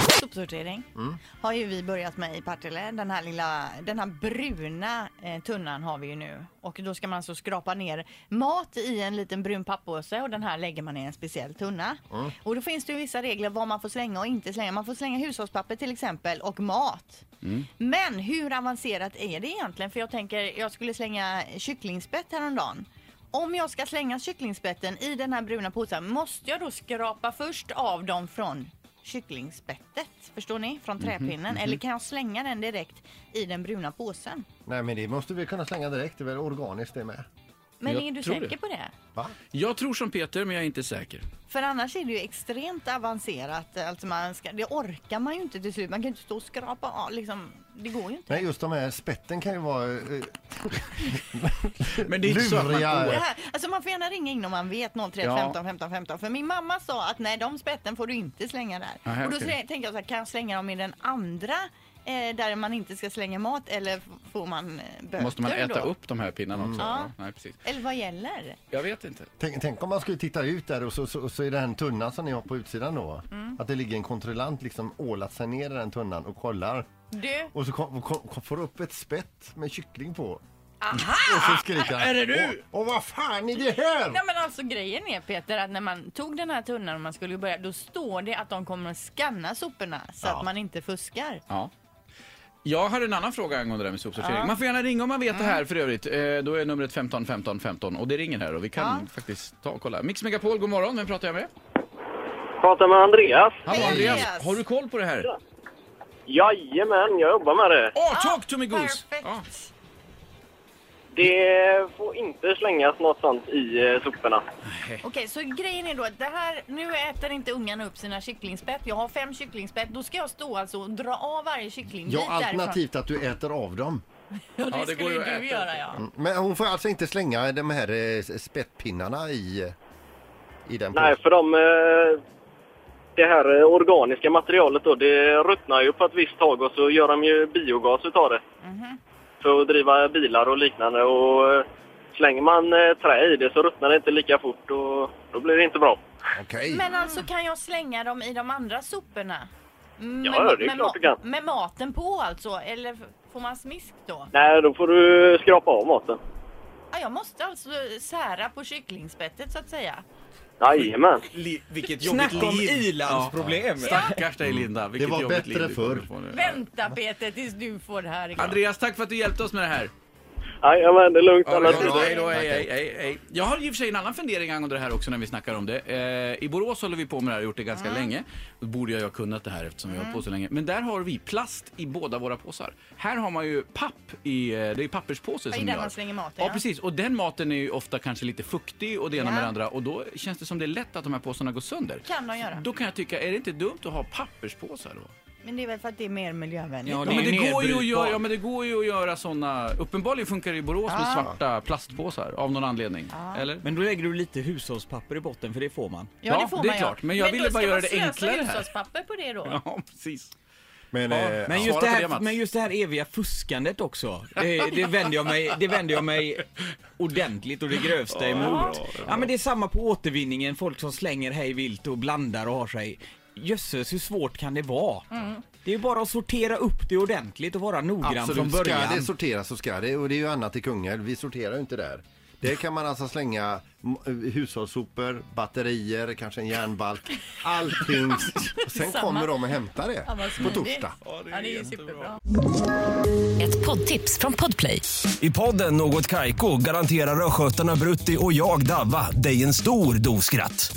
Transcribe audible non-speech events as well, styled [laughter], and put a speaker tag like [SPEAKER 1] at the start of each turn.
[SPEAKER 1] sopsortering har ju vi börjat med i Partille. Den här lilla, den här bruna eh, tunnan har vi ju nu. Och då ska man så skrapa ner mat i en liten brun pappåse och den här lägger man i en speciell tunna. Och då finns det ju vissa regler vad man får slänga och inte slänga. Man får slänga hushållspapper till exempel och mat. Men hur avancerat är det egentligen? För jag tänker, jag skulle slänga kycklingspett häromdagen. Om jag ska slänga kycklingspetten i den här bruna påsen, måste jag då skrapa först av dem från kycklingspettet? Förstår ni? Från
[SPEAKER 2] Mhm,
[SPEAKER 1] träpinnen. Eller kan jag slänga den direkt i den bruna påsen?
[SPEAKER 3] Nej men det måste vi kunna slänga direkt, det är väl organiskt det med.
[SPEAKER 1] Men
[SPEAKER 2] Jag
[SPEAKER 1] är du
[SPEAKER 2] tror
[SPEAKER 1] säker
[SPEAKER 2] det.
[SPEAKER 1] på det?
[SPEAKER 3] Va?
[SPEAKER 2] Jag tror som Peter, men jag är inte säker.
[SPEAKER 1] För annars är det ju extremt avancerat. Alltså man ska, det orkar man ju inte till slut. Man kan ju inte stå och skrapa av. Liksom, det går ju inte.
[SPEAKER 3] Nej just de här spetten kan ju vara eh,
[SPEAKER 2] Men det är inte så att man
[SPEAKER 3] Luriga.
[SPEAKER 2] åker.
[SPEAKER 1] Det här, alltså man får gärna ringa in om man vet 031
[SPEAKER 2] Ja.
[SPEAKER 1] 15 15 15. För min mamma sa att nej, de spetten får du inte slänga där.
[SPEAKER 2] Nej,
[SPEAKER 1] och då
[SPEAKER 2] okej.
[SPEAKER 1] slä- tänker jag så här, kan jag slänga dem i den andra eh, där man inte ska slänga mat eller f- får man eh, böter
[SPEAKER 2] Måste man äta
[SPEAKER 1] då?
[SPEAKER 2] upp de här pinnarna också?
[SPEAKER 1] Ja.
[SPEAKER 2] Nej, precis.
[SPEAKER 1] Eller vad gäller?
[SPEAKER 2] Jag vet inte.
[SPEAKER 3] Tänk, tänk om man skulle titta ut där och så, så, så är det den tunnan som ni har på utsidan då. Att det ligger en kontrollant liksom ålat sig ner i den tunnan och kollar.
[SPEAKER 1] Du,
[SPEAKER 3] Och så kom, kom, kom, får upp ett spett med kyckling på. Aha! Och så skriker han.
[SPEAKER 2] Är det du?
[SPEAKER 3] Åh, åh, vad fan är det här?
[SPEAKER 1] Nej men alltså grejen är Peter att när man tog den här tunnan och man skulle börja då står det att de kommer att skanna soporna så
[SPEAKER 3] Ja.
[SPEAKER 1] att man inte fuskar.
[SPEAKER 2] Ja. Jag har en annan fråga angående det här med sopsortering. Man får gärna ringa om man vet det här för övrigt. Eh, då är numret 15 15 15 och det ringer här och vi kan faktiskt ta och kolla. Mix Megapol, god morgon. Vem pratar jag med?
[SPEAKER 4] Pratar med Andreas.
[SPEAKER 2] Hallå
[SPEAKER 1] Hej,
[SPEAKER 2] Andreas,
[SPEAKER 1] Andreas.
[SPEAKER 2] har du koll på det här? Åh,
[SPEAKER 4] Jajamän, jag jobbar med det.
[SPEAKER 2] talk to me goose!
[SPEAKER 1] Perfekt.
[SPEAKER 2] Ja.
[SPEAKER 4] Det får inte slängas något sånt i eh, soporna.
[SPEAKER 1] Okej, så grejen är då att det här, nu äter inte ungarna upp sina kycklingspett. Jag har fem kycklingspett. Då ska jag stå alltså och dra av varje kycklingbit
[SPEAKER 3] Ja, alternativt att du äter av dem.
[SPEAKER 1] Ja, det,
[SPEAKER 2] Ja, det
[SPEAKER 1] skulle
[SPEAKER 2] går ju
[SPEAKER 1] ju
[SPEAKER 2] att
[SPEAKER 1] du
[SPEAKER 2] äta
[SPEAKER 1] göra ja.
[SPEAKER 3] Men hon får alltså inte slänga de här eh, s- spettpinnarna i, eh, i den
[SPEAKER 4] Nej,
[SPEAKER 3] påsen.
[SPEAKER 4] för de... eh, Det här eh, organiska materialet då, det ruttnar ju på ett visst tag och så gör de ju biogas utav det. För att driva bilar och liknande och eh, slänger man eh, trä i det så ruttnar det inte lika fort och då blir det inte bra.
[SPEAKER 3] Okej.
[SPEAKER 1] Men alltså kan jag slänga dem i de andra soporna? Med,
[SPEAKER 4] ja, det är
[SPEAKER 1] med
[SPEAKER 4] klart
[SPEAKER 1] ma-
[SPEAKER 4] du kan.
[SPEAKER 1] Med maten på alltså? Eller f- får man smisk då?
[SPEAKER 4] Nej, då får du skrapa av maten.
[SPEAKER 1] Ja, jag måste alltså sära på kycklingspettet så att säga.
[SPEAKER 4] Jajamän.
[SPEAKER 2] Li- vilket
[SPEAKER 5] Snacka om i-landsproblem.
[SPEAKER 2] Ja. Stackars dig Linda, vilket
[SPEAKER 3] Det var
[SPEAKER 2] jobbigt
[SPEAKER 3] bättre
[SPEAKER 2] liv du kommer
[SPEAKER 3] förr.
[SPEAKER 2] få nu.
[SPEAKER 1] Vänta Peter tills du får det här igång.
[SPEAKER 2] Andreas, tack för att du hjälpte oss med det här.
[SPEAKER 4] Jajamän, det är lugnt.
[SPEAKER 3] Ja,
[SPEAKER 4] alla
[SPEAKER 3] det är bra.
[SPEAKER 4] tider.
[SPEAKER 2] Hej då, hej,
[SPEAKER 3] Tack.
[SPEAKER 2] hej, hej, hej. Jag har i och för sig en annan fundering angående det här också när vi snackar om det. Eh, I Borås håller vi på med det här och gjort det ganska
[SPEAKER 1] Mm.
[SPEAKER 2] länge. Då borde jag ju ha kunnat det här eftersom vi har hållit på så länge. Men där har vi plast i båda våra påsar. Här har man ju papp i, eh, det är papperspåse
[SPEAKER 1] I
[SPEAKER 2] som
[SPEAKER 1] där
[SPEAKER 2] gör.
[SPEAKER 1] man slänger maten,
[SPEAKER 2] Ja,
[SPEAKER 1] ja.
[SPEAKER 2] precis. Och den maten är ju ofta kanske lite fuktig och det ena
[SPEAKER 1] Ja.
[SPEAKER 2] med det andra. Och då känns det som det är lätt att de här påsarna går sönder.
[SPEAKER 1] Kan de göra.
[SPEAKER 2] Då kan jag tycka, är det inte dumt att ha papperspåsar då?
[SPEAKER 1] Men det är väl för att det är mer miljövänligt?
[SPEAKER 5] Ja,
[SPEAKER 2] Ja, men,
[SPEAKER 5] är
[SPEAKER 2] det går ju att göra,
[SPEAKER 5] nedbrytbart.
[SPEAKER 2] ja, men det går ju att göra såna... Uppenbarligen funkar det i Borås med svarta plastpåsar av någon anledning. Eller? [laughs]
[SPEAKER 5] Men då lägger du lite hushållspapper i botten för det får man.
[SPEAKER 1] Ja,
[SPEAKER 2] Ja,
[SPEAKER 1] det får
[SPEAKER 2] det är
[SPEAKER 1] man ju.
[SPEAKER 2] klart. Men jag ville
[SPEAKER 1] då
[SPEAKER 2] bara
[SPEAKER 1] ska
[SPEAKER 2] göra
[SPEAKER 1] man
[SPEAKER 2] det
[SPEAKER 1] slösa
[SPEAKER 2] enklare här.
[SPEAKER 1] hushållspapper på det då?
[SPEAKER 2] Ja, precis.
[SPEAKER 3] Men, eh,
[SPEAKER 5] Men
[SPEAKER 2] Svara
[SPEAKER 5] just, det
[SPEAKER 2] på det,
[SPEAKER 5] här,
[SPEAKER 2] Mats.
[SPEAKER 5] men just det här eviga fuskandet också. Det, det, vänder, jag mig, det vänder jag mig ordentligt och det grövsta emot. Ja men det är samma på återvinningen, folk som slänger hej vilt och blandar och har sig. Jösses hur svårt kan det vara? Det är ju bara att sortera upp det ordentligt och vara noggrann från
[SPEAKER 3] Absolut, ska
[SPEAKER 5] början.
[SPEAKER 3] det sorteras så ska det och det är ju annat i Kungälv, vi sorterar ju inte där. Där kan man alltså slänga m- eh, hushållssopor, batterier, kanske
[SPEAKER 1] [laughs]
[SPEAKER 3] en järnbalk, allting. Sen kommer de och hämtar det
[SPEAKER 1] Ja, vad
[SPEAKER 3] på
[SPEAKER 1] smidigt.
[SPEAKER 3] torsdag.
[SPEAKER 1] Ja, det är ju superbra.
[SPEAKER 6] Ett poddtips från Podplay.
[SPEAKER 7] I podden Något Kaiko garanterar östgötarna Brutti och jag, Davva, dig en stor dos skratt.